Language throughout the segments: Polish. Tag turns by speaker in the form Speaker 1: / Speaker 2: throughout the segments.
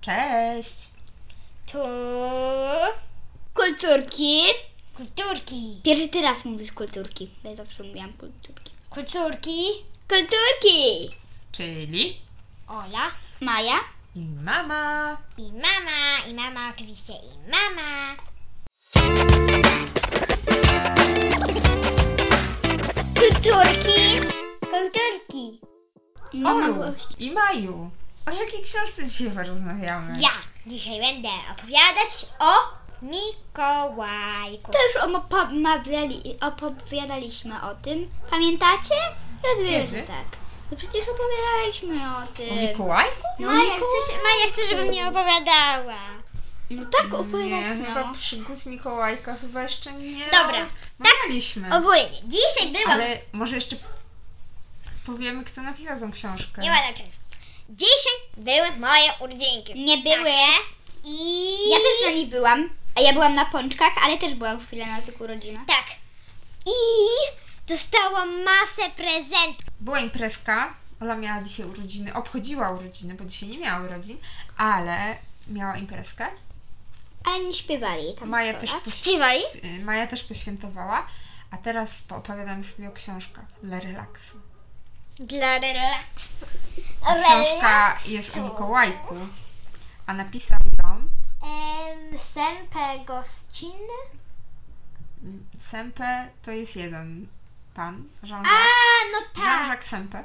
Speaker 1: Cześć!
Speaker 2: Tu kulturki. Kulturki. Pierwszy ty raz mówisz kulturki. bo Ja zawsze mówiłam kulturki. Kulturki. Kulturki.
Speaker 1: Czyli
Speaker 2: Ola. Maja.
Speaker 1: i mama.
Speaker 2: I mama, i mama oczywiście, i mama. Kulturki. Kulturki.
Speaker 3: No,
Speaker 1: Olu i Maju. O jakiej książce dzisiaj porozmawiamy?
Speaker 2: Ja dzisiaj będę opowiadać o Mikołajku.
Speaker 3: To już opowiadali, opowiadaliśmy o tym. Pamiętacie? Rozumiem,
Speaker 1: Kiedy?
Speaker 3: że tak. No przecież opowiadaliśmy o
Speaker 1: O
Speaker 3: tym.
Speaker 1: Mikołajku?
Speaker 3: No,
Speaker 2: Maja
Speaker 3: Majku?
Speaker 2: chce, się- Maja chce, żebym nie opowiadała.
Speaker 3: No tak
Speaker 1: Nie,
Speaker 3: opowiadaliśmy.
Speaker 1: chyba przygód Mikołajka chyba jeszcze nie.
Speaker 2: Dobra, tak
Speaker 1: Mawialiśmy.
Speaker 2: Ogólnie, dzisiaj była...
Speaker 1: No. Ale może jeszcze powiemy, kto napisał tą książkę.
Speaker 2: Nie ma znaczenia. Dzisiaj były moje urodzinki.
Speaker 3: Nie były.
Speaker 2: I...
Speaker 3: Ja też na nich byłam. A ja byłam na pączkach, ale też byłam chwilę na tych urodzinach.
Speaker 2: Tak. I dostałam masę prezentów.
Speaker 1: Była imprezka. Ola miała dzisiaj urodziny, obchodziła urodziny, bo dzisiaj nie miała urodzin, ale miała imprezkę.
Speaker 3: Ale nie śpiewali tam.
Speaker 1: Maja
Speaker 3: w
Speaker 1: też,
Speaker 3: szkole.
Speaker 2: Śpiewali?
Speaker 1: poś- Maja też poświętowała, a teraz opowiadam sobie o książkach dla relaksu.
Speaker 2: Dla relaksu.
Speaker 1: Książka jest o Mikołajku, a napisał ją
Speaker 2: Sępę gościnny?
Speaker 1: Sempe, to jest jeden pan,
Speaker 2: A,
Speaker 1: Jean-Jacques,
Speaker 2: no tak.
Speaker 1: Jean-Jacques Sempe,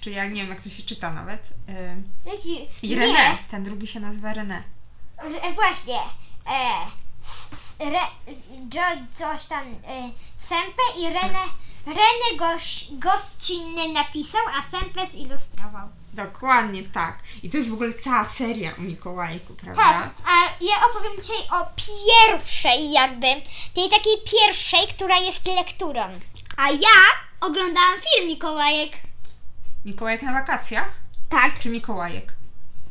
Speaker 1: czy ja nie wiem jak to się czyta nawet. Ym,
Speaker 2: Jaki?
Speaker 1: I René, ten drugi się nazywa René.
Speaker 2: Nie, e, właśnie. E, s- s- re, jo, coś tam. E, Sępę i Renę. Renę goś, gościnny napisał, a Sępę zilustrował.
Speaker 1: Dokładnie tak. I to jest w ogóle cała seria o Mikołajku, prawda?
Speaker 2: Tak, a ja opowiem dzisiaj o pierwszej jakby, tej takiej pierwszej, która jest lekturą.
Speaker 3: A ja oglądałam film Mikołajek.
Speaker 1: Mikołajek na wakacjach?
Speaker 3: Tak.
Speaker 1: Czy Mikołajek?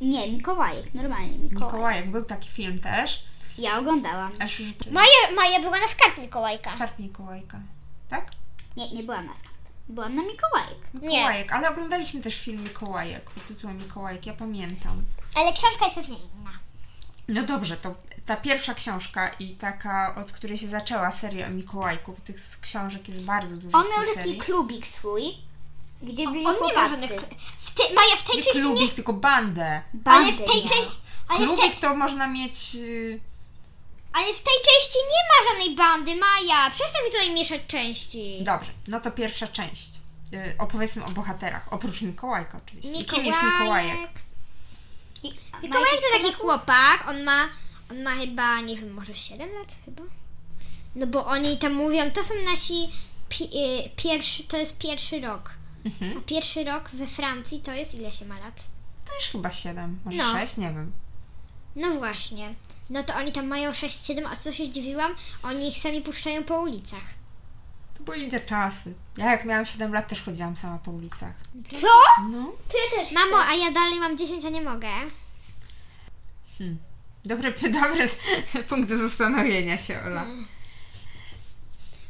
Speaker 3: Nie, Mikołajek. Normalnie Mikołajek.
Speaker 1: Mikołajek, był taki film też.
Speaker 3: Ja oglądałam.
Speaker 1: Aż już
Speaker 2: Maja, Maja była na skarb Mikołajka.
Speaker 1: Skarb Mikołajka, tak?
Speaker 3: Nie, nie byłam na Byłam na Mikołajek.
Speaker 2: Nie,
Speaker 1: Mikołajek, ale oglądaliśmy też film Mikołajek pod tytułem Mikołajek, ja pamiętam.
Speaker 2: ale książka jest pewnie inna.
Speaker 1: No dobrze, to ta pierwsza książka i taka, od której się zaczęła seria o Mikołajku, bo tych z- książek jest bardzo dużo
Speaker 3: On
Speaker 1: z
Speaker 3: miał
Speaker 1: tej
Speaker 3: taki
Speaker 1: serii.
Speaker 3: klubik swój, gdzie byli
Speaker 2: On nie ma
Speaker 3: chłopacy.
Speaker 2: żadnych... W te, Maja w tej
Speaker 1: Nie
Speaker 2: części nie...
Speaker 1: klubik, tylko bandę.
Speaker 2: Ale
Speaker 3: Bandy
Speaker 2: w tej
Speaker 3: miał.
Speaker 2: części... Ale w, tej,
Speaker 1: Klubik to można mieć... y,
Speaker 2: ale w tej części nie ma żadnej bandy, Maja. Przestań mi tutaj mieszać części.
Speaker 1: Dobrze, no to pierwsza część. Y, Opowiedzmy o bohaterach, oprócz Mikołajka oczywiście. I Kim jest
Speaker 2: Mikołajek.
Speaker 1: Mikołajek?
Speaker 3: I-
Speaker 2: Mikołajek to taki chłopak, on ma, on ma chyba, nie wiem, może 7 lat chyba? No bo oni tam mówią, to są nasi, pi, y, pierwszy, to jest pierwszy rok.
Speaker 1: Mhm.
Speaker 2: A pierwszy rok we Francji to jest ile się ma lat?
Speaker 1: Też chyba 7, może
Speaker 2: No.
Speaker 1: 6, nie wiem.
Speaker 2: No właśnie. No to oni tam mają 6-7, a co się zdziwiłam, oni ich sami puszczają po ulicach.
Speaker 1: To były inne czasy. Ja jak miałam 7 lat też chodziłam sama po ulicach.
Speaker 3: Co?
Speaker 1: No.
Speaker 3: Ty też.
Speaker 2: Mamo, a ja dalej mam 10, a nie mogę.
Speaker 1: Dobry, dobry z- punkt do zastanowienia się, Ola.
Speaker 2: Mm.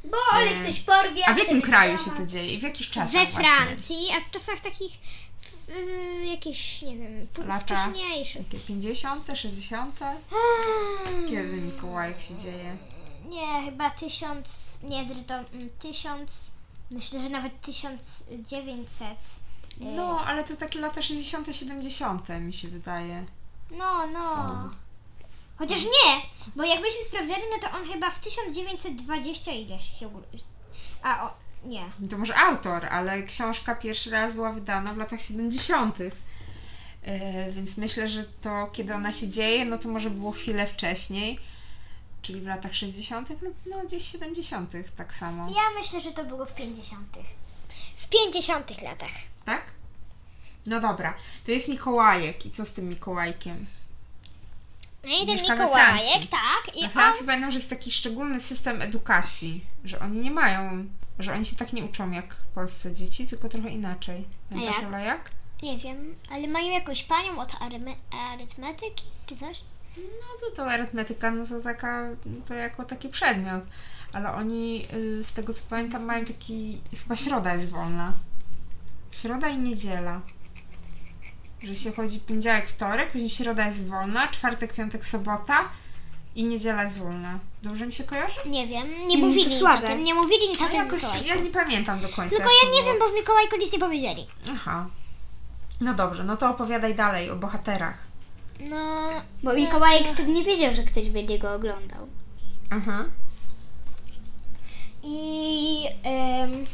Speaker 3: Bo ale ktoś porwie.
Speaker 1: E, A w jakim kraju się to dzieje i w jakich czasach
Speaker 2: We
Speaker 1: właśnie?
Speaker 2: Francji, a w czasach takich, w, y, jakieś, nie wiem, pu-
Speaker 1: Lata.
Speaker 2: wcześniejszych.
Speaker 1: Takie 50., 60.? Kiedy Mikołajek się dzieje?
Speaker 2: Hmm. Nie, chyba tysiąc, nie, to mm, tysiąc, myślę, że nawet tysiąc dziewięćset. E,
Speaker 1: No, ale to takie lata 60., 70. mi się wydaje.
Speaker 2: No, no.
Speaker 1: Są. No.
Speaker 2: Chociaż nie, bo jakbyśmy sprawdzali, no to on chyba w 1920 ileś się... u- A, o, nie.
Speaker 1: To może autor, ale książka pierwszy raz była wydana w latach 70. E, Więc myślę, że to kiedy ona się dzieje, no to może było chwilę wcześniej, czyli w latach 60. lub no gdzieś 70. tak samo,
Speaker 2: Ja myślę, że to było w 50. W 50 latach.
Speaker 1: tak? No dobra, to jest Mikołajek i co z tym Mikołajkiem?
Speaker 2: No i ten
Speaker 1: Mieszka we
Speaker 2: Mikołajek,
Speaker 1: Francji.
Speaker 2: tak, i
Speaker 1: Na
Speaker 2: on...
Speaker 1: Francji pamiętam, że jest taki szczególny system edukacji, że oni nie mają, że oni się tak nie uczą jak w Polsce dzieci, tylko trochę inaczej. Pamiętasz
Speaker 3: jak?
Speaker 1: Ola jak?
Speaker 2: Nie wiem, ale mają jakąś panią od aryme, arytmetyki, czy coś?
Speaker 1: No to, to arytmetyka, no to taka, to jako taki przedmiot. Ale oni, y, z tego co pamiętam, mają taki, chyba środa jest wolna. Środa i niedziela. Że się chodzi poniedziałek, wtorek, później środa jest wolna, czwartek, piątek, sobota i niedziela jest wolna. Dobrze mi się kojarzy?
Speaker 2: Nie wiem, nie
Speaker 3: Mm, to
Speaker 2: mówili nic o
Speaker 3: słabe.
Speaker 2: tym, nie mówili nic o
Speaker 1: No
Speaker 2: tym
Speaker 1: jakoś,
Speaker 2: Mikołaj.
Speaker 1: ja nie pamiętam do końca.
Speaker 2: Tylko
Speaker 1: jak
Speaker 2: ja
Speaker 1: to
Speaker 2: nie
Speaker 1: było.
Speaker 2: wiem, bo w Mikołajku nic nie powiedzieli.
Speaker 1: Aha. No dobrze, no to opowiadaj dalej o bohaterach.
Speaker 2: No,
Speaker 3: Bo Mikołajek wtedy nie wiedział, że ktoś będzie go oglądał.
Speaker 1: Mhm.
Speaker 2: I, em,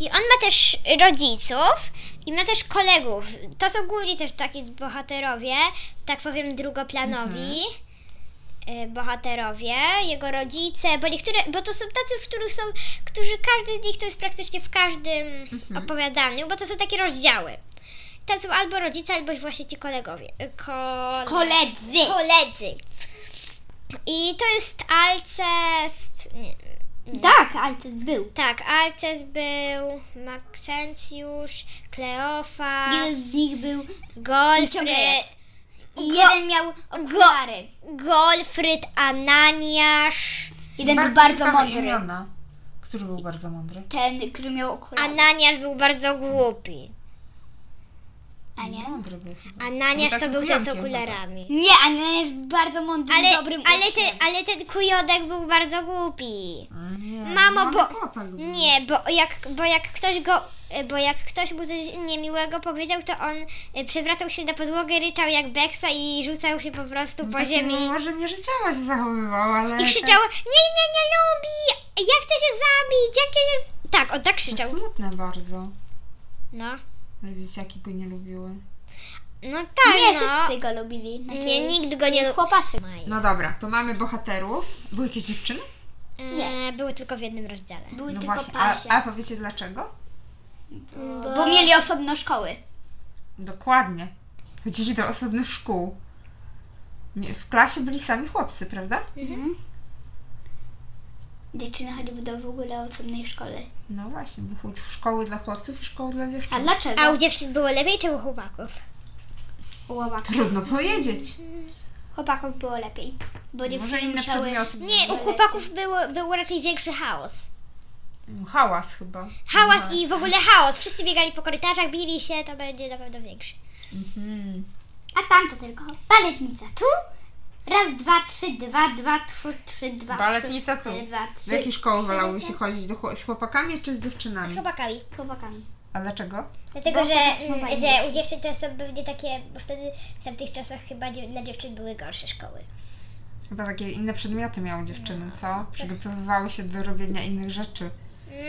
Speaker 2: I on ma też rodziców i ma też kolegów. To są głównie też takie bohaterowie, tak powiem drugoplanowi e, bohaterowie, jego rodzice, bo niektóre, bo to są tacy, w których są, którzy każdy z nich to jest praktycznie w każdym opowiadaniu, bo to są takie rozdziały. Tam są albo rodzice, albo właśnie ci kolegowie. e, Kole...
Speaker 3: Koledzy.
Speaker 2: Koledzy. I to jest Alcest... Nie, nie.
Speaker 3: Tak, ale to był.
Speaker 2: Tak, Alces był, Maxencjusz,
Speaker 3: Jeden
Speaker 2: Kleofas,
Speaker 3: z nich był i
Speaker 2: Golfry,
Speaker 3: ciągle jest. I jeden miał okulary.
Speaker 2: Golfryd, Ananiasz.
Speaker 3: Jeden był
Speaker 1: ciekawe
Speaker 3: bardzo mądry.
Speaker 1: Imiona. Który był bardzo mądry?
Speaker 3: Ten, który miał okulary.
Speaker 2: Ananiasz był bardzo głupi.
Speaker 3: A nie?
Speaker 1: Mądry był chyba.
Speaker 2: Ananiasz to
Speaker 1: Był takim
Speaker 2: był ten z
Speaker 1: kujonkiem
Speaker 2: ukularami.
Speaker 3: Nie, Ania jest bardzo mądrym,
Speaker 2: Ale,
Speaker 3: dobrym
Speaker 2: ale,
Speaker 3: uczniem.
Speaker 2: ten, ale ten kujodek był bardzo głupi.
Speaker 1: A Nie,
Speaker 2: Mamo,
Speaker 1: no,
Speaker 2: bo-
Speaker 1: ale chłopak był.
Speaker 3: Mhm.
Speaker 2: Nie, bo jak, bo jak ktoś go, bo jak ktoś mu coś niemiłego powiedział, to on y, przewracał się na podłogę, ryczał jak Beksa i rzucał się po prostu
Speaker 1: No
Speaker 2: po
Speaker 1: taki
Speaker 2: ziemi.
Speaker 1: Może nie życiowo się zachowywał, ale... tak
Speaker 2: I krzyczał, nie, nie, nie lubi, ja chcę się zabić, ja chcę się... z-" Tak, on tak
Speaker 1: To
Speaker 2: krzyczał.
Speaker 1: smutne bardzo,
Speaker 2: No,
Speaker 1: że dzieciaki go nie lubiły.
Speaker 2: no tak,
Speaker 3: Nie,
Speaker 2: no.
Speaker 3: wszyscy go lubili. Znaczy,
Speaker 2: Nie, nikt go nie lubił.
Speaker 3: Chłopacy.
Speaker 1: No dobra, to mamy bohaterów. Były jakieś dziewczyny?
Speaker 2: Nie. Były E, tylko w jednym rozdziale.
Speaker 3: Były
Speaker 1: No
Speaker 3: tylko
Speaker 1: właśnie, a,
Speaker 3: pasie.
Speaker 1: a powiecie dlaczego?
Speaker 2: Bo,
Speaker 3: Bo mieli osobno szkoły.
Speaker 1: Dokładnie. Chodzili do osobnych szkół. Nie, w klasie byli sami chłopcy, prawda?
Speaker 3: Dziewczyny chodziły do w ogóle osobnej szkoły.
Speaker 1: No właśnie, bo chuj- szkoły dla chłopców i szkoły dla
Speaker 3: A
Speaker 1: dziewczyn.
Speaker 3: dlaczego?
Speaker 2: A u dziewczyn było lepiej czy u chłopaków?
Speaker 3: Chłopak.
Speaker 1: Trudno powiedzieć.
Speaker 3: Chłopakom było lepiej. Bo
Speaker 1: Może
Speaker 3: dziewczyny
Speaker 1: inne
Speaker 3: musiały...
Speaker 1: przedmioty.
Speaker 2: Nie, u chłopaków było, był raczej większy chaos.
Speaker 1: były. Hałas chyba.
Speaker 2: Hałas i w ogóle chaos. Wszyscy biegali po korytarzach, bili się, to będzie na pewno większy.
Speaker 1: Mhm.
Speaker 3: A tam to tylko baletnica tu. Raz, dwa, trzy, dwa, dwa, trzy, trzy, dwa.
Speaker 1: Baletnica
Speaker 3: trzy,
Speaker 1: tu.
Speaker 3: cztery, Dwa,
Speaker 1: Do
Speaker 3: trzy.
Speaker 1: jakiej szkoły wolałoby się chodzić? Do chło- z chłopakami czy z
Speaker 2: Z
Speaker 1: dziewczynami?
Speaker 2: chłopakami.
Speaker 3: Z chłopakami.
Speaker 1: A dlaczego?
Speaker 2: Dlatego,
Speaker 3: Bo
Speaker 2: że,
Speaker 3: chłopaki
Speaker 2: mm,
Speaker 3: są fajni.
Speaker 2: że u dziewczyn to są pewnie takie, bo wtedy w tamtych czasach chyba dziew- dla dziewczyn były gorsze szkoły.
Speaker 1: Chyba takie inne przedmioty miały dziewczyny, co? Przygotowywały się do robienia innych rzeczy.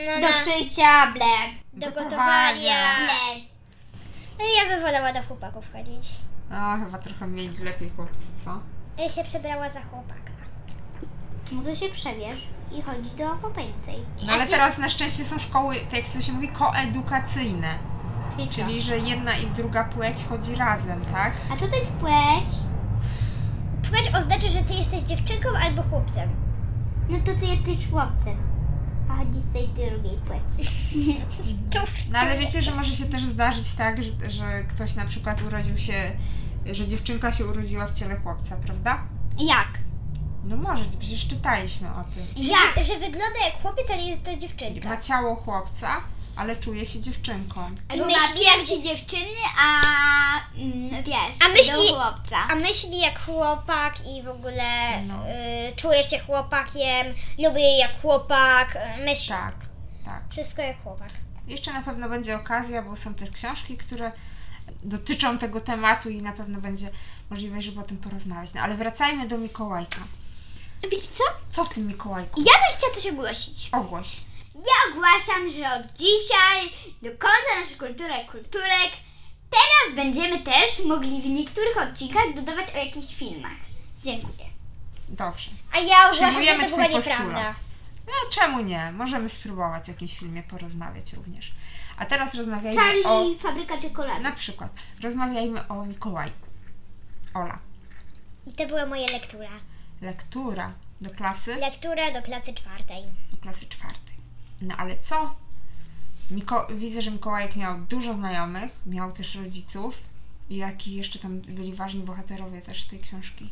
Speaker 2: No,
Speaker 3: Do
Speaker 2: na-
Speaker 3: szycia, ble.
Speaker 2: do
Speaker 1: gotowania.
Speaker 2: gotowania.
Speaker 3: Ble.
Speaker 2: No i ja bym wolała do chłopaków chodzić.
Speaker 1: No, chyba trochę mieli lepiej chłopcy, co? No
Speaker 2: Ja się przebrała za chłopaka.
Speaker 3: No to się przebierz i chodź do chłopańcej.
Speaker 1: No ale teraz na szczęście są szkoły, tak jak to się mówi, koedukacyjne.
Speaker 2: Tak.
Speaker 1: Czyli, że jedna i druga płeć chodzi razem, tak?
Speaker 3: A co to jest płeć?
Speaker 2: Płeć oznacza, że ty jesteś dziewczynką albo chłopcem.
Speaker 3: No to ty jesteś chłopcem. A chodzi z tej drugiej płci.
Speaker 2: To,
Speaker 1: No ale wiecie, że może się też zdarzyć tak, że, że ktoś na przykład urodził się, że dziewczynka się urodziła w ciele chłopca, prawda?
Speaker 3: Jak?
Speaker 1: No może, przecież czytaliśmy o tym.
Speaker 2: że,
Speaker 3: Jak?
Speaker 2: że wygląda jak chłopiec, ale jest to dziewczynka.
Speaker 1: Ma ciało chłopca, ale czuje się dziewczynką.
Speaker 2: I
Speaker 3: Bo
Speaker 2: myśli
Speaker 3: ma
Speaker 2: jak,
Speaker 3: piersi dziewczyny, a mm, wiesz,
Speaker 2: A myśli-
Speaker 3: do chłopca.
Speaker 2: a myśli jak chłopak i w ogóle
Speaker 1: No.
Speaker 2: y, czuje się chłopakiem, lubi jak chłopak, y, myśli.
Speaker 1: Tak, tak.
Speaker 2: Wszystko jak chłopak.
Speaker 1: Jeszcze na pewno będzie okazja, bo są też książki, które dotyczą tego tematu i na pewno będzie możliwość, żeby o tym porozmawiać. No ale wracajmy do Mikołajka.
Speaker 3: Wiecie co?
Speaker 1: Co w tym Mikołajku?
Speaker 3: Ja bym chciała coś ogłosić.
Speaker 1: Ogłoś.
Speaker 3: Ja ogłaszam, że od dzisiaj do końca naszych kulturek kulturek teraz będziemy też mogli w niektórych odcinkach dodawać o jakichś filmach. Dziękuję.
Speaker 1: Dobrze.
Speaker 2: A ja uważam, że
Speaker 1: Przyjmujemy
Speaker 2: to była
Speaker 1: twój
Speaker 2: nieprawda.
Speaker 1: postulat. No czemu nie? Możemy spróbować w jakimś filmie porozmawiać również. A teraz rozmawiajmy
Speaker 3: Charlie,
Speaker 1: o...
Speaker 3: fabryka czekolady.
Speaker 1: Na przykład, rozmawiajmy o Mikołajku. Ola.
Speaker 2: I to była moja lektura.
Speaker 1: Lektura do klasy?
Speaker 2: Lektura do klasy czwartej.
Speaker 1: do klasy czwartej. No ale co? Miko- Widzę, że Mikołajek miał dużo znajomych, miał też rodziców. I jaki jeszcze tam byli ważni bohaterowie też tej książki?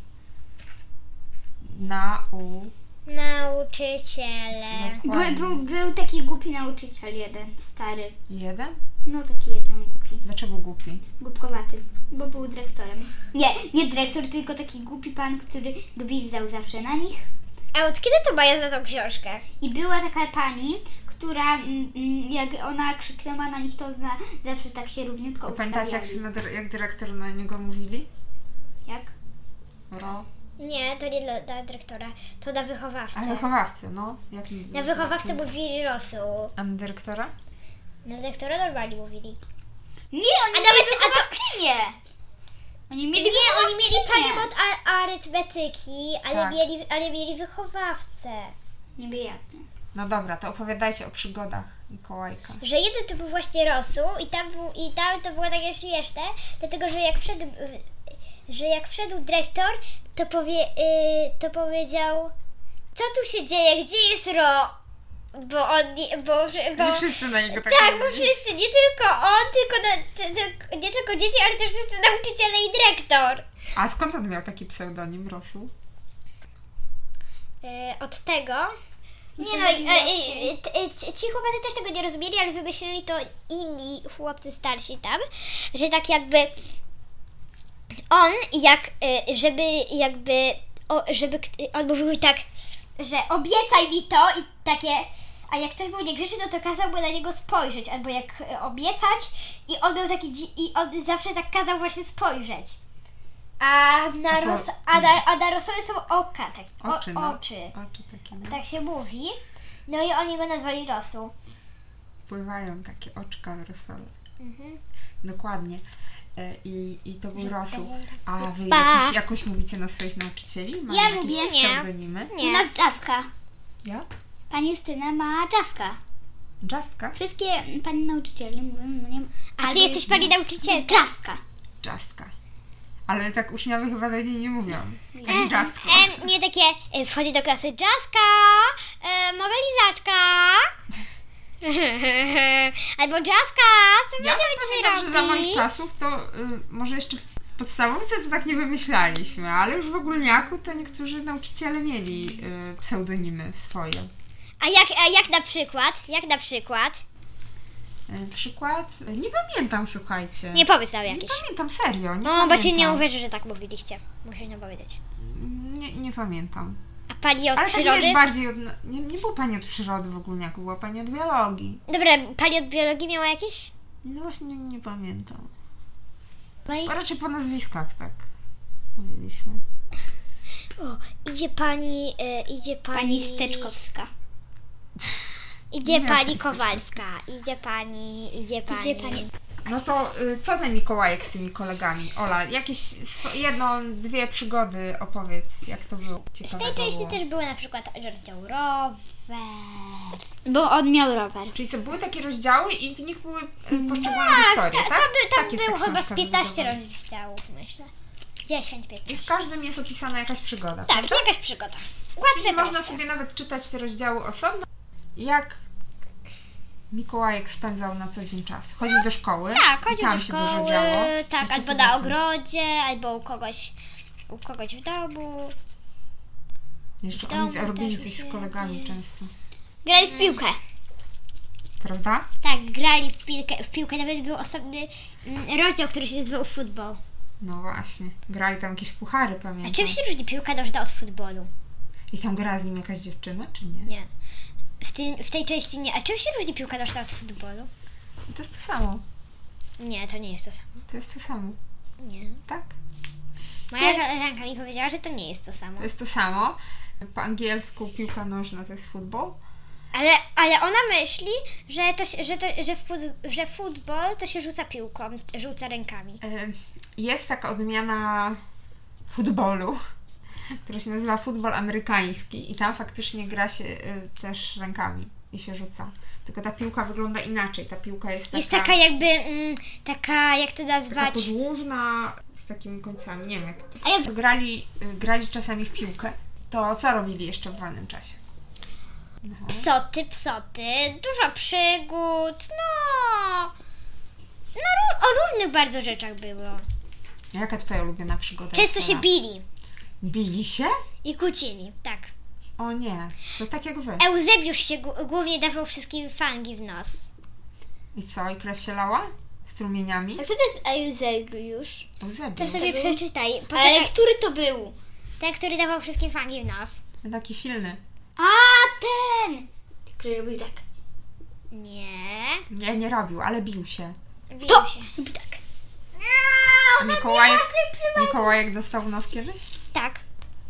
Speaker 1: Nauczyciele. No.
Speaker 2: Nauczyciele.
Speaker 3: By, był, był taki głupi nauczyciel jeden, stary.
Speaker 1: Jeden?
Speaker 3: No taki jeden głupi,
Speaker 1: Dlaczego głupi?
Speaker 3: głupkowaty, bo był dyrektorem. Nie, nie dyrektor, tylko taki głupi pan, który gwizdał zawsze na nich.
Speaker 2: A od kiedy to Baja za tą książkę?
Speaker 3: I była taka pani, która mm, mm, jak ona krzyknęła na nich, to ona zawsze tak się równiutko
Speaker 1: A pamiętacie, jak, się
Speaker 3: ustawiali.
Speaker 1: na, dyr- jak dyrektor na niego mówili?
Speaker 3: Jak?
Speaker 1: Ro.
Speaker 2: Nie, to nie dla, dla dyrektora, to dla wychowawcy.
Speaker 1: A wychowawcy, no. Jak
Speaker 2: Na wychowawcy mówili rosu.
Speaker 1: A na dyrektora?
Speaker 2: Na dyrektora normalnie mówili.
Speaker 3: Nie, oni
Speaker 2: A
Speaker 3: mieli
Speaker 2: nawet- a to-
Speaker 3: wychowawczynię! Oni mieli
Speaker 2: Nie, oni mieli
Speaker 3: wychowawczynię.
Speaker 2: panią od a- arytmetyki, ale,
Speaker 1: Tak.
Speaker 2: mieli, ale mieli wychowawcę.
Speaker 3: Nie wie jak nie.
Speaker 1: No dobra, to opowiadajcie o przygodach Mikołajka.
Speaker 2: Że jeden to był właśnie rosu i tam, był, i tam to było takie śmieszne, dlatego że jak wszedł, że jak wszedł dyrektor, to, powie, y, to powiedział, co tu się dzieje, gdzie jest ro? Bo on, nie- bo, bo,
Speaker 1: Nie wszyscy na niego tak
Speaker 2: No. Tak, bo
Speaker 1: mówili.
Speaker 2: wszyscy, nie tylko on, tylko na, ty, ty, nie tylko dzieci, ale też wszyscy nauczyciele i dyrektor.
Speaker 1: A skąd on miał taki pseudonim Rosu?
Speaker 2: E, od tego. Nie
Speaker 3: Że
Speaker 2: no, i,
Speaker 3: robi
Speaker 2: i, i, t- e, ci ci chłopacy też tego nie rozumieli, ale wymyślili to inni chłopcy starsi tam, że tak jakby on jak, y, żeby jakby, o, żeby, kt- on mówił tak, że obiecaj mi to i takie, a jak ktoś był niegrzeczny, no to kazałby na niego spojrzeć, albo jak y, obiecać i on był taki, dzi- i on zawsze tak kazał właśnie spojrzeć. A na,
Speaker 1: A co?
Speaker 2: ros- a na, a na rosoły są oka, tak, o-
Speaker 1: Oczy, no.
Speaker 2: oczy.
Speaker 1: Oczy takie, no.
Speaker 2: Tak się mówi. No i oni go nazwali Rosu.
Speaker 1: Pływają takie oczka rosole.
Speaker 2: Mhm.
Speaker 1: Dokładnie. E, I, I to był Rosu. A wy
Speaker 2: Pa.
Speaker 1: jakiś, jakoś mówicie na swoich nauczycieli? Mają
Speaker 3: Ja
Speaker 1: jakieś
Speaker 3: lubię,
Speaker 2: nie.
Speaker 1: pseudonimy?
Speaker 3: U nas Jaska.
Speaker 1: Ja?
Speaker 3: Pani Justyna ma Jaska.
Speaker 1: Justka?
Speaker 3: Wszystkie mm, pani nauczyciele mówią, no nie
Speaker 2: A ty jesteś pani nauczycielka.
Speaker 3: Jaska.
Speaker 1: Justka. Ale tak uczniowie chyba do niej nie mówią.
Speaker 2: E,
Speaker 1: Tak, Justka.
Speaker 2: e, nie takie, e, wchodzi do klasy Jaska, e, mogę lizaczka. Albo Jaska, co
Speaker 1: Ja
Speaker 2: będziemy dzisiaj
Speaker 1: pamiętam, że za moich
Speaker 2: robić?
Speaker 1: czasów to y, może jeszcze w w podstawówce to tak nie wymyślaliśmy, ale już w ogólniaku to niektórzy nauczyciele mieli y, pseudonimy swoje.
Speaker 2: A jak, a jak na przykład? Jak na przykład?
Speaker 1: Y, przykład? y, Nie pamiętam, słuchajcie.
Speaker 2: Nie powiedz nam
Speaker 1: Nie
Speaker 2: jakiś.
Speaker 1: pamiętam, serio. Nie
Speaker 2: No,
Speaker 1: pamiętam.
Speaker 2: bo się nie uwierzy, że tak mówiliście. Musisz nam powiedzieć.
Speaker 1: Nie, nie pamiętam.
Speaker 2: A pani od
Speaker 1: Ale tak
Speaker 2: przyrody?
Speaker 1: wiesz, bardziej od... Nie, nie było pani od przyrody w ogólniaku, była pani od biologii.
Speaker 2: Dobra, pani od biologii miała jakieś?
Speaker 1: No właśnie, nie, nie pamiętam.
Speaker 2: No i...
Speaker 1: Bo Raczej po nazwiskach tak mówiliśmy.
Speaker 2: O, idzie pani, e, idzie pani...
Speaker 3: Pani Steczkowska.
Speaker 2: Idzie
Speaker 1: Nie,
Speaker 2: pani
Speaker 1: jesteś
Speaker 2: Kowalska, idzie pani, idzie pani.
Speaker 3: Idzie pani.
Speaker 1: No to y, co ten Mikołajek z tymi kolegami? Ola, jakieś swo- jedną, dwie przygody opowiedz, jak to było.
Speaker 2: W tej części No też były na przykład rozdział rower.
Speaker 3: Bo on miał rower.
Speaker 1: Czyli co, były takie rozdziały i w nich były y, poszczególne historie, tak?
Speaker 2: Tam, by, tam
Speaker 1: Tak jest ta
Speaker 2: było chyba
Speaker 1: książka
Speaker 2: z 15
Speaker 1: wybudowana.
Speaker 2: rozdziałów, myślę. 10, 15.
Speaker 1: I w każdym jest opisana jakaś przygoda.
Speaker 2: Tak, jakaś przygoda. Łatwe
Speaker 1: Czyli można
Speaker 2: proste.
Speaker 1: sobie nawet czytać te rozdziały osobno. Jak Mikołajek spędzał na co dzień czas? Chodził do szkoły.
Speaker 2: Tak,
Speaker 1: i
Speaker 2: chodził
Speaker 1: tam
Speaker 2: do
Speaker 1: się
Speaker 2: szkoły,
Speaker 1: dużo działo.
Speaker 2: tak,
Speaker 1: Jeszcze
Speaker 2: albo
Speaker 1: poza
Speaker 2: na
Speaker 1: tym,
Speaker 2: ogrodzie, albo u kogoś, u kogoś w domu.
Speaker 1: Jeszcze
Speaker 2: w
Speaker 1: oni
Speaker 2: domu
Speaker 1: robili
Speaker 2: też
Speaker 1: coś
Speaker 2: się
Speaker 1: z kolegami
Speaker 2: robi.
Speaker 1: często,
Speaker 3: Graj w piłkę.
Speaker 1: prawda?
Speaker 2: Mm. Tak, grali w piłkę, w piłkę nawet był osobny mm, rozdział, który się nazywał futbol.
Speaker 1: No właśnie. Grali tam jakieś puchary,
Speaker 2: A
Speaker 1: pamiętam.
Speaker 2: czym się różni piłka nożna od futbolu?
Speaker 1: I tam gra z nim jakaś dziewczyna, czy nie?
Speaker 2: Nie. W, tym, w tej części nie. A czym się różni piłka nożna od futbolu?
Speaker 1: To jest to samo.
Speaker 2: Nie, to nie jest to samo.
Speaker 1: To jest to samo,
Speaker 2: Nie.
Speaker 1: tak?
Speaker 2: Moja koleżanka mi powiedziała, że to nie jest to samo.
Speaker 1: To jest to samo. Po angielsku piłka nożna to jest futbol.
Speaker 2: Ale, ale ona myśli, że, to, się- że, to, że, fut, że futbol to się rzuca piłką, rzuca rękami.
Speaker 1: E, Jest taka odmiana futbolu, która się nazywa futbol amerykański i tam faktycznie gra się e, też rękami i się rzuca. Tylko ta piłka wygląda inaczej. Ta piłka jest taka,
Speaker 2: Jest taka jakby, mm, taka, jak to
Speaker 1: taka
Speaker 2: nazwać?
Speaker 1: podłużna z takimi końcami. Nie wiem jak to.
Speaker 3: A ja w-
Speaker 1: Grali, e, grali czasami w piłkę. To co robili jeszcze w wolnym czasie?
Speaker 2: Psoty, psoty, dużo przygód, no... No, ró- o różnych bardzo rzeczach było.
Speaker 1: Jaka twoja ulubiona przygoda?
Speaker 2: Często
Speaker 1: jest
Speaker 2: się
Speaker 1: Ola?
Speaker 2: bili
Speaker 1: Bili się?
Speaker 2: i kłócili, tak.
Speaker 1: O nie, to tak jak wy.
Speaker 2: E- Eusebiusz się gł- głównie dawał wszystkim fangi w nos.
Speaker 1: I co, i krew się lała? Strumieniami?
Speaker 3: A co to jest Eusebiusz?
Speaker 1: Eusebiusz.
Speaker 2: To sobie
Speaker 3: był?
Speaker 2: przeczytaj. Poczekaj,
Speaker 3: Ale który to był?
Speaker 2: Ten, który dawał wszystkim fangi w nos.
Speaker 1: Taki silny.
Speaker 3: A, ten! Który robił tak.
Speaker 2: Nie.
Speaker 1: Nie, nie robił, ale bił się.
Speaker 2: Bił
Speaker 3: To!
Speaker 2: się.
Speaker 3: Robił tak.
Speaker 1: A Mikołajek, Mikołajek dostał w nos kiedyś?
Speaker 2: Tak,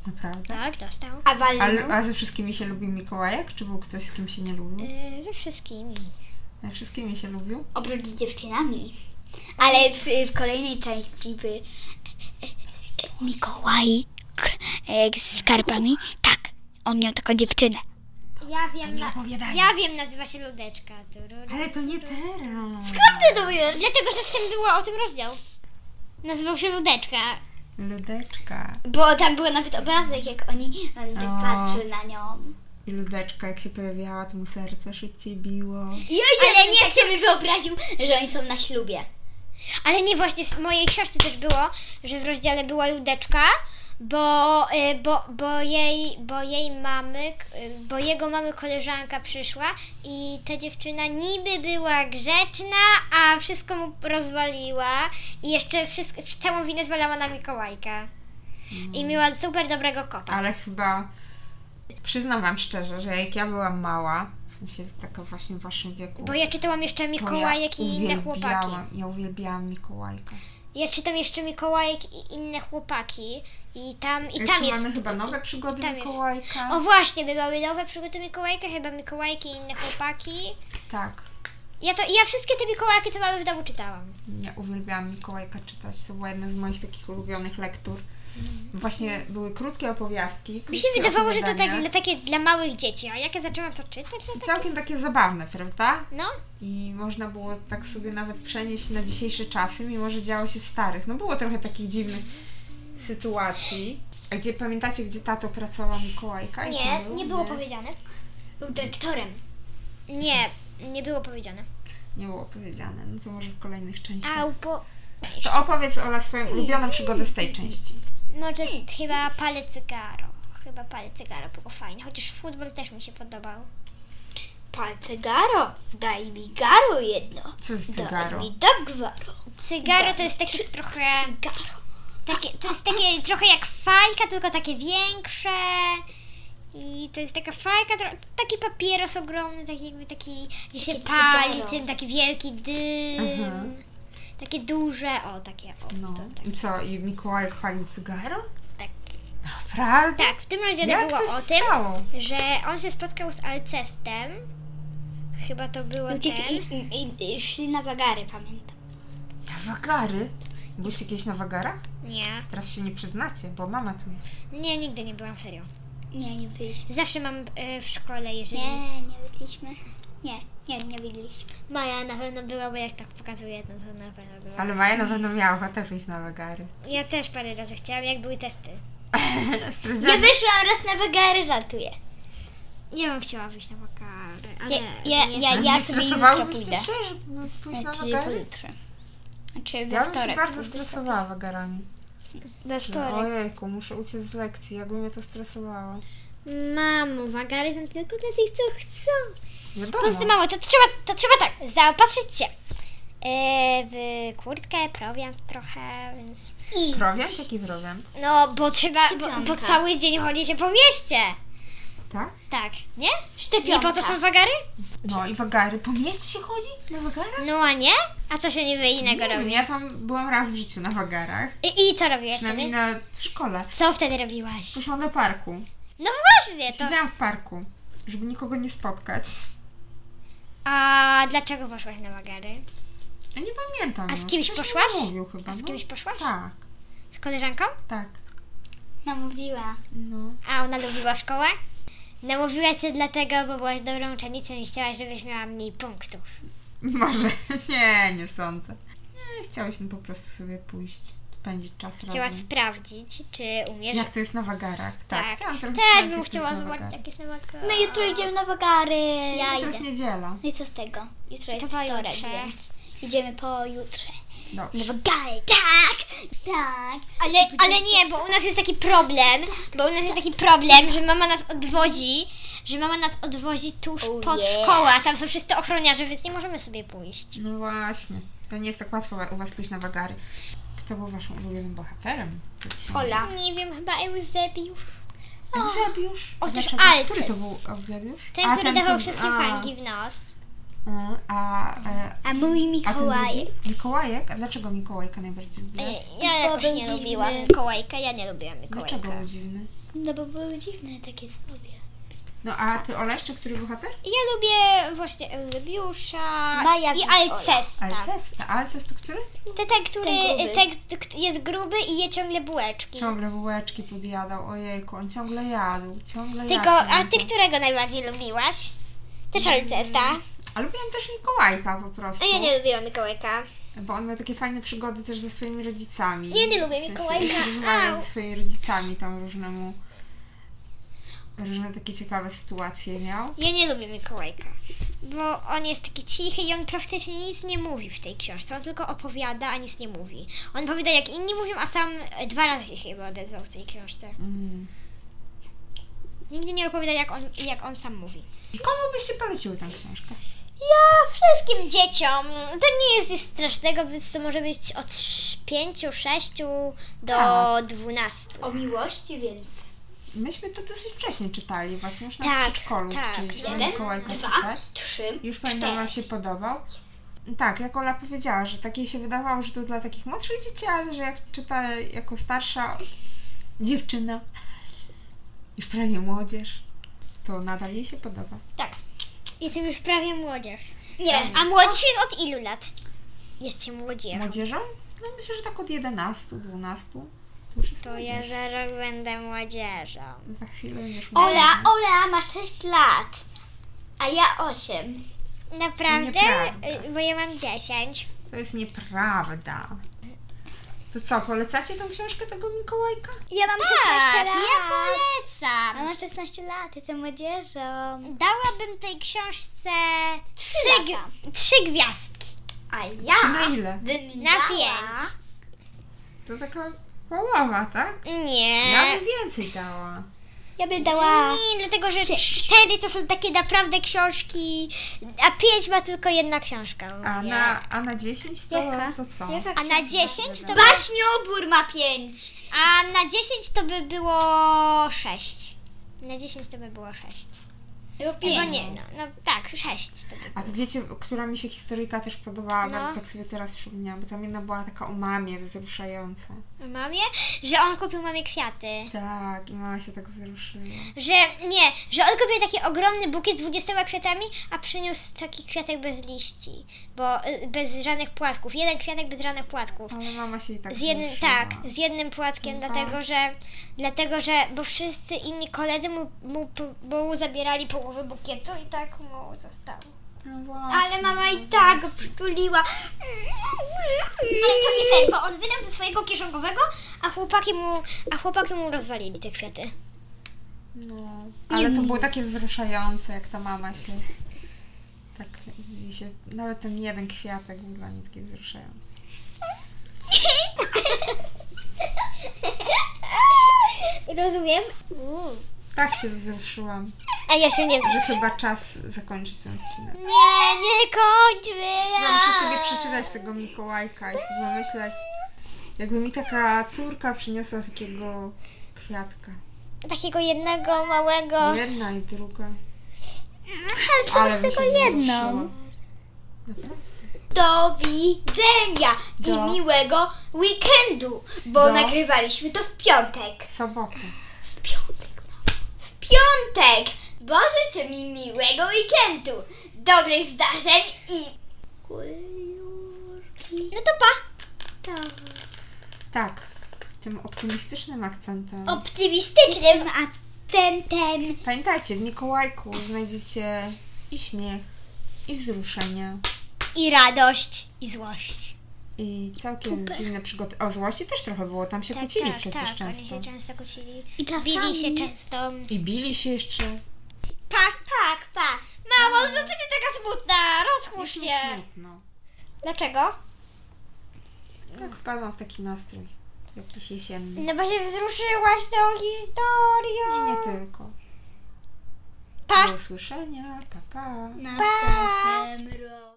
Speaker 1: Naprawdę?
Speaker 2: tak, dostał.
Speaker 3: A walnął?
Speaker 1: A, lu- a ze wszystkimi się lubił Mikołajek? Czy był ktoś, z kim się nie lubił?
Speaker 2: Yy, ze wszystkimi.
Speaker 1: Ze wszystkimi się lubił?
Speaker 3: Oprócz z dziewczynami. Ale w, w kolejnej części by... e, e, Mikołaj e, z skarbami. Tak, on miał taką dziewczynę.
Speaker 2: Ja wiem, na...
Speaker 1: opowiadaj.
Speaker 2: ja wiem, nazywa się Ludeczka. Tururu.
Speaker 1: Ale to nie teraz.
Speaker 3: Ty to wiesz?
Speaker 2: Dlatego, że w tym było o tym rozdział. Nazywał się Ludeczka.
Speaker 1: Ludeczka.
Speaker 3: Bo tam był nawet obrazek, jak oni, on tak
Speaker 1: O.
Speaker 3: patrzył na nią.
Speaker 1: I Ludeczka, jak się pojawiała, to mu serce szybciej biło.
Speaker 3: Ja Ale nie chcę mi wyobraził, że oni są na ślubie.
Speaker 2: Ale nie, właśnie w mojej książce też było, że w rozdziale była Ludeczka, bo, y, bo, bo, jej, bo jej mamy, k- y, bo jego mamy koleżanka przyszła i ta dziewczyna niby była grzeczna, a wszystko mu rozwaliła i jeszcze wszystko, całą winę zwalała na Mikołajka. I
Speaker 1: Mm.
Speaker 2: miała super dobrego kopa.
Speaker 1: Ale chyba przyznam Wam szczerze, że jak ja byłam mała, w sensie taka właśnie w Waszym wieku,
Speaker 2: Bo ja czytałam jeszcze
Speaker 1: to
Speaker 2: Mikołajek i inne chłopaki.
Speaker 1: uwielbiałam- Ja uwielbiałam Mikołajka.
Speaker 2: Ja czytam jeszcze Mikołajek i inne chłopaki i tam, i
Speaker 1: Jeszcze
Speaker 2: tam jest...
Speaker 1: mamy chyba nowe przygody
Speaker 2: tam jest-
Speaker 1: Mikołajka.
Speaker 2: O właśnie, bywały nowe przygody Mikołajka, chyba Mikołajki i inne chłopaki.
Speaker 1: Tak.
Speaker 2: Ja to, ja wszystkie te Mikołajki, co mamy w domu, czytałam.
Speaker 1: Ja uwielbiałam Mikołajka czytać. To była jedna z moich takich ulubionych lektur. Właśnie były krótkie opowiastki.
Speaker 2: Mi się
Speaker 1: krótkie
Speaker 2: wydawało, że to tak,
Speaker 1: opowiadania.
Speaker 2: dla, takie dla małych dzieci, a jak ja zaczęłam to czytać, to
Speaker 1: I
Speaker 2: tak,
Speaker 1: Całkiem takie zabawne, prawda?
Speaker 2: no,
Speaker 1: I można było tak sobie nawet przenieść na dzisiejsze czasy, mimo że działo się w starych. No było trochę takich dziwnych sytuacji. A gdzie pamiętacie, gdzie tato pracował Mikołajka? I
Speaker 2: nie,
Speaker 1: to był?
Speaker 2: nie było powiedziane.
Speaker 3: Był dyrektorem.
Speaker 2: Nie, nie było powiedziane.
Speaker 1: Nie było powiedziane. No to może w kolejnych częściach.
Speaker 2: Au, bo
Speaker 1: To opowiedz Ola swoją ulubioną przygodę z tej części.
Speaker 2: może chyba palę cygaro. Chyba palę cygaro było fajne, chociaż futbol też mi się podobał.
Speaker 3: Palce garo, daj mi garo jedno.
Speaker 1: Co jest
Speaker 3: Daj
Speaker 1: cygaro?
Speaker 3: mi tak garo.
Speaker 2: Cygaro to jest takie trochę,
Speaker 3: Garo.
Speaker 2: takie, to jest takie trochę jak fajka, tylko takie większe. I to jest taka fajka, tro- taki papieros ogromny, taki jakby taki, gdzie się
Speaker 3: Takie
Speaker 2: pali
Speaker 3: cygaro. Mhm.
Speaker 2: tym, taki wielki dym.
Speaker 1: Aha.
Speaker 2: Takie duże, o takie, o.
Speaker 1: No.
Speaker 2: To, tak.
Speaker 1: I co? I Mikołajek palił cygaro?
Speaker 2: Tak.
Speaker 1: Naprawdę?
Speaker 2: tak, w tym rozdziale
Speaker 1: Jak
Speaker 2: było
Speaker 1: to się
Speaker 2: o tym,
Speaker 1: stało?
Speaker 3: tak?
Speaker 2: że on się spotkał z Alcestem. Chyba to było
Speaker 3: Uciekli
Speaker 2: ten.
Speaker 3: i, i, i szli na wagary, pamiętam.
Speaker 1: Na wagary? Byliście kiedyś na wagarach?
Speaker 2: Nie,
Speaker 1: Teraz się nie przyznacie, bo mama tu jest.
Speaker 2: nie, nigdy nie byłam serio.
Speaker 3: Nie, nie byliśmy.
Speaker 2: Zawsze mam y, w szkole, jeżeli...
Speaker 3: Nie, nie byliśmy. Nie, nie, nie byliśmy.
Speaker 2: Maja No, na pewno była, bo jak tak pokazuje, no to na pewno była.
Speaker 1: Ale Maja na pewno miała ochotę wyjść na wagary.
Speaker 2: Ja też parę razy chciałam, jak były testy.
Speaker 1: Sprawdziłam.
Speaker 3: wyszłam raz na wagary, żartuję.
Speaker 2: Ja bym chciała wyjść na wakary, ale...
Speaker 3: Ja- ja-
Speaker 2: nie
Speaker 1: Nie
Speaker 3: ja-
Speaker 2: jestem.
Speaker 3: ja
Speaker 1: nie
Speaker 3: sobie jutro
Speaker 1: stresowałybyście
Speaker 3: pójdę.
Speaker 1: się, żeby pójść na
Speaker 3: Czyli
Speaker 1: wagary?
Speaker 3: pojutrze. Znaczy we
Speaker 1: Ja bym się
Speaker 3: wtorek.
Speaker 1: bardzo stresowała wagarami.
Speaker 2: We
Speaker 1: No,
Speaker 2: wtorek.
Speaker 1: ojejku, muszę uciec z lekcji, jakby mnie to stresowało.
Speaker 2: Mamo, wagary są tylko dla tych, co chcą. Poza tym,
Speaker 1: Wiadomo.
Speaker 2: mamo, to trzeba, to trzeba tak, zaopatrzyć się e, w kurtkę, prowiant trochę, więc...
Speaker 3: I
Speaker 1: Prowiant? Jaki prowiant?
Speaker 2: No, bo trzeba, bo, bo
Speaker 3: Szczepionka.
Speaker 2: cały dzień chodzi się po mieście.
Speaker 1: Tak?
Speaker 2: Tak, nie?
Speaker 3: szczepionka.
Speaker 2: I po co są wagary?
Speaker 1: No i wagary. Po mieście się chodzi? Na wagarach?
Speaker 2: No a nie? A co się niby innego
Speaker 1: Nie wiem,
Speaker 2: robi?
Speaker 1: ja tam byłam raz w życiu na wagarach.
Speaker 2: I, i co robiłaś
Speaker 1: Przynajmniej
Speaker 2: wtedy?
Speaker 1: na w szkole.
Speaker 2: Co wtedy robiłaś?
Speaker 1: Poszłam do parku.
Speaker 2: No właśnie to.
Speaker 1: Siedziałam w parku, żeby nikogo nie spotkać.
Speaker 2: A dlaczego poszłaś na wagary?
Speaker 1: Ja nie pamiętam.
Speaker 2: A z
Speaker 1: no.
Speaker 2: kimś
Speaker 1: Ktoś mi
Speaker 2: poszłaś?
Speaker 1: Mówił chyba.
Speaker 2: A z
Speaker 1: no.
Speaker 2: kimś poszłaś?
Speaker 1: Tak,
Speaker 2: Z koleżanką?
Speaker 1: tak.
Speaker 3: Namówiła.
Speaker 1: No.
Speaker 2: A ona lubiła szkołę? Namówiła cię dlatego, bo byłaś dobrą uczennicą i chciałaś, żebyś miała mniej punktów.
Speaker 1: Może. Nie, nie sądzę. Nie, chciałyśmy po prostu sobie pójść, spędzić czas
Speaker 2: Chciała
Speaker 1: razem.
Speaker 2: sprawdzić, czy umiesz.
Speaker 1: Jak to jest na wagarach. Tak,
Speaker 2: Tak.
Speaker 1: chciałam trochę
Speaker 2: Też
Speaker 1: sprawdzić,
Speaker 2: bym
Speaker 1: jak to
Speaker 2: chciała
Speaker 1: jest na
Speaker 2: zobaczyć,
Speaker 1: wagarach.
Speaker 2: jak jest na wagarach.
Speaker 3: My No jutro idziemy na wagary. Ja
Speaker 1: To jest niedziela.
Speaker 3: No i co z tego? Jutro jest
Speaker 2: To
Speaker 3: wtorek,
Speaker 2: pojutrze.
Speaker 3: więc idziemy pojutrze.
Speaker 1: Dobrze.
Speaker 3: No bo dalej, tak, tak.
Speaker 2: Ale, ale nie, bo u nas jest taki problem, bo u nas jest taki problem, że mama nas odwozi, że mama nas odwozi tuż
Speaker 3: Oh
Speaker 2: pod
Speaker 3: yeah.
Speaker 2: szkołę, a tam są wszyscy ochroniarze, więc nie możemy sobie pójść.
Speaker 1: No właśnie. To nie jest tak łatwo wa- u Was pójść na wagary. Kto był Waszym ulubionym bohaterem? tej książki?
Speaker 3: Ola.
Speaker 2: Nie wiem, chyba Eusebiusz.
Speaker 1: Eusebiusz.
Speaker 2: O, też
Speaker 1: Dlaczego?
Speaker 2: Alces.
Speaker 1: Który to był Eusebiusz?
Speaker 2: Ten,
Speaker 1: A,
Speaker 2: który dawał
Speaker 1: co-
Speaker 2: wszystkie
Speaker 1: a, y,
Speaker 2: fangi w nos.
Speaker 1: A, a, e,
Speaker 3: A mój
Speaker 1: a ten
Speaker 3: Mikołaj.
Speaker 1: drugi? Mikołajek? A dlaczego Mikołajka najbardziej lubiłaś?
Speaker 2: Ja
Speaker 3: Bo
Speaker 2: jakoś
Speaker 3: był
Speaker 2: nie
Speaker 3: dziwny.
Speaker 2: lubiłam Mikołajka, ja nie lubiłam Mikołajka.
Speaker 1: Dlaczego był dziwny?
Speaker 2: No bo były dziwne takie sobie.
Speaker 1: No a Ty Ola jeszcze który bohater?
Speaker 2: Ja lubię właśnie Eusebiusza
Speaker 3: Maja
Speaker 2: i
Speaker 3: Witola.
Speaker 2: Alcesta.
Speaker 1: Alces. A Alces to który?
Speaker 2: To ten, który
Speaker 3: Ten gruby.
Speaker 2: ten, k- jest gruby i je ciągle bułeczki.
Speaker 1: Ciągle bułeczki podjadał. Ojejku, on ciągle jadł. Ciągle jadł.
Speaker 2: Tylko, a
Speaker 1: jadł.
Speaker 2: ty którego najbardziej lubiłaś? Też Alcesta.
Speaker 1: A lubiłam też Mikołajka po prostu.
Speaker 2: A ja nie lubiłam Mikołajka.
Speaker 1: Bo on miał takie fajne przygody też ze swoimi rodzicami.
Speaker 2: Ja nie lubię
Speaker 1: w sensie,
Speaker 2: Mikołajka.
Speaker 1: Rozmawiał
Speaker 2: Au.
Speaker 1: ze swoimi rodzicami tam różnemu. Różne takie ciekawe sytuacje miał.
Speaker 2: Ja nie lubię Mikołajka. Bo on jest taki cichy i on praktycznie nic nie mówi w tej książce. On tylko opowiada, a nic nie mówi. On opowiada jak inni mówią, a sam e, dwa razy się chyba odezwał w tej książce.
Speaker 1: Mm.
Speaker 2: Nigdy nie opowiada jak on, jak on sam mówi.
Speaker 1: I komu byście poleciły tę książkę?
Speaker 2: Ja wszystkim dzieciom. To nie jest nic strasznego, więc to może być od 5, 6 do
Speaker 1: Tak.
Speaker 2: 12.
Speaker 3: O miłości, więc
Speaker 1: Myśmy to dosyć wcześnie czytali, właśnie już na
Speaker 2: Tak,
Speaker 1: przedszkolu
Speaker 2: tak.
Speaker 1: zaczęliśmy
Speaker 3: Jeden,
Speaker 1: Mikołajka
Speaker 3: dwa,
Speaker 1: czytać.
Speaker 3: trzy.
Speaker 1: Już pamiętam, Wam się podobał. Tak, jak Ola powiedziała, że takie się wydawało, że to dla takich młodszych dzieci, ale że jak czyta jako starsza dziewczyna, już prawie młodzież, to nadal jej się podoba.
Speaker 2: Jestem już prawie młodzież.
Speaker 3: Nie,
Speaker 2: A młodzież jest od ilu lat? Jesteście młodzież.
Speaker 1: Młodzieżą? No myślę, że tak od 11, 12. To już jest
Speaker 2: To ja
Speaker 1: młodzież.
Speaker 2: zaraz będę młodzieżą.
Speaker 1: Za chwilę będziesz
Speaker 3: Ola,
Speaker 1: młodzieżą.
Speaker 3: Ola ma 6 lat, a ja 8.
Speaker 2: Naprawdę?
Speaker 1: Nieprawda.
Speaker 2: Y, Bo ja mam 10.
Speaker 1: To jest nieprawda. To co, polecacie tą książkę tego Mikołajka?
Speaker 3: Ja mam
Speaker 2: Tak,
Speaker 3: 16
Speaker 2: ja
Speaker 3: lat.
Speaker 2: polecam.
Speaker 3: mam 16 lat, jestem młodzieżą.
Speaker 2: Dałabym tej książce trzy,
Speaker 3: lata.
Speaker 2: gw- trzy gwiazdki.
Speaker 3: A
Speaker 1: Czy
Speaker 3: ja
Speaker 1: na ile?
Speaker 3: bym
Speaker 2: Na
Speaker 3: dała-
Speaker 2: pięć.
Speaker 1: To taka połowa, tak?
Speaker 2: Nie.
Speaker 1: Ja bym więcej dała.
Speaker 3: Ja bym dała...
Speaker 2: Nie, dlatego że cztery to są takie naprawdę książki, a pięć ma tylko jedna książka.
Speaker 1: A na, a na 10 to,
Speaker 3: Jaka?
Speaker 1: to co?
Speaker 2: A na dziesięć to by,
Speaker 3: Baśniobór ma 5.
Speaker 2: a na dziesięć to by było sześć. Na dziesięć to by było sześć.
Speaker 3: Albo
Speaker 2: No
Speaker 3: 5.
Speaker 2: nie, no, no tak, sześć to by
Speaker 1: A wiecie, która mi się historyjka też podobała,
Speaker 2: No.
Speaker 1: bardzo tak sobie teraz przypomniałam, bo tam jedna była taka o mamie wzruszająca.
Speaker 2: Mamie, że on kupił mamie kwiaty.
Speaker 1: Tak, i mama się tak wzruszyła.
Speaker 2: Że nie, że on kupił taki ogromny bukiet z 20 kwiatami, a przyniósł taki kwiatek bez liści, bo y, bez żadnych płatków. Jeden kwiatek bez żadnych płatków.
Speaker 1: Ale mama się i tak
Speaker 2: Z jednym,
Speaker 1: wzruszyła.
Speaker 2: tak, z jednym płatkiem,
Speaker 1: Tak.
Speaker 2: dlatego że, dlatego że, bo wszyscy inni koledzy mu, mu, p- bo mu zabierali połowę bukietu i tak mu zostało.
Speaker 1: No właśnie.
Speaker 3: Ale mama i tak go przytuliła.
Speaker 2: Ale to nie fair, bo on wydał ze swojego kieszonkowego, a chłopaki mu, a chłopaki mu rozwalili te kwiaty.
Speaker 1: No. Ale to było takie wzruszające, jak ta mama się... Tak, i się, nawet ten jeden kwiatek był dla niej taki wzruszający.
Speaker 2: Rozumiem.
Speaker 1: Tak się wzruszyłam,
Speaker 2: A Mm. ja się nie
Speaker 1: że chyba czas zakończyć ten odcinek.
Speaker 2: Nie, nie kończmy!
Speaker 1: Ja No, muszę sobie przeczytać tego Mikołajka i sobie myśleć, jakby mi taka córka przyniosła takiego kwiatka. No
Speaker 2: Takiego jednego małego.
Speaker 1: Jedna i druga.
Speaker 2: Ale
Speaker 1: Ale bym się jedną.
Speaker 3: Do widzenia
Speaker 1: Do.
Speaker 3: i miłego weekendu, bo
Speaker 1: Do.
Speaker 3: nagrywaliśmy to w piątek.
Speaker 1: Sobotę.
Speaker 3: W piątek, mamo. W piątek! Bo życzę mi miłego weekendu, dobrych zdarzeń i...
Speaker 2: No to pa!
Speaker 1: Tak, tym optymistycznym akcentem.
Speaker 3: Optymistycznym akcentem.
Speaker 1: Pamiętajcie, w Mikołajku znajdziecie i śmiech, i wzruszenie,
Speaker 2: I radość, i złość.
Speaker 1: i całkiem dziwne przygody. O złości też trochę było, tam się kłócili przecież
Speaker 2: tak,
Speaker 1: często.
Speaker 2: Oni się często kłócili.
Speaker 3: I czasami...
Speaker 2: Bili się często.
Speaker 1: I bili się jeszcze.
Speaker 3: Pa, tak, pa.
Speaker 2: Mamo, no co ty taka smutna? Rozchłóż
Speaker 1: Już mi
Speaker 2: się.
Speaker 1: smutno.
Speaker 2: Dlaczego?
Speaker 1: Tak wpadłam w taki nastrój. Jakiś jesienny.
Speaker 2: No bo się wzruszyłaś tą historią.
Speaker 1: Nie, nie tylko.
Speaker 2: Pa!
Speaker 1: Do usłyszenia. Pa, pa.
Speaker 3: Następnym roku.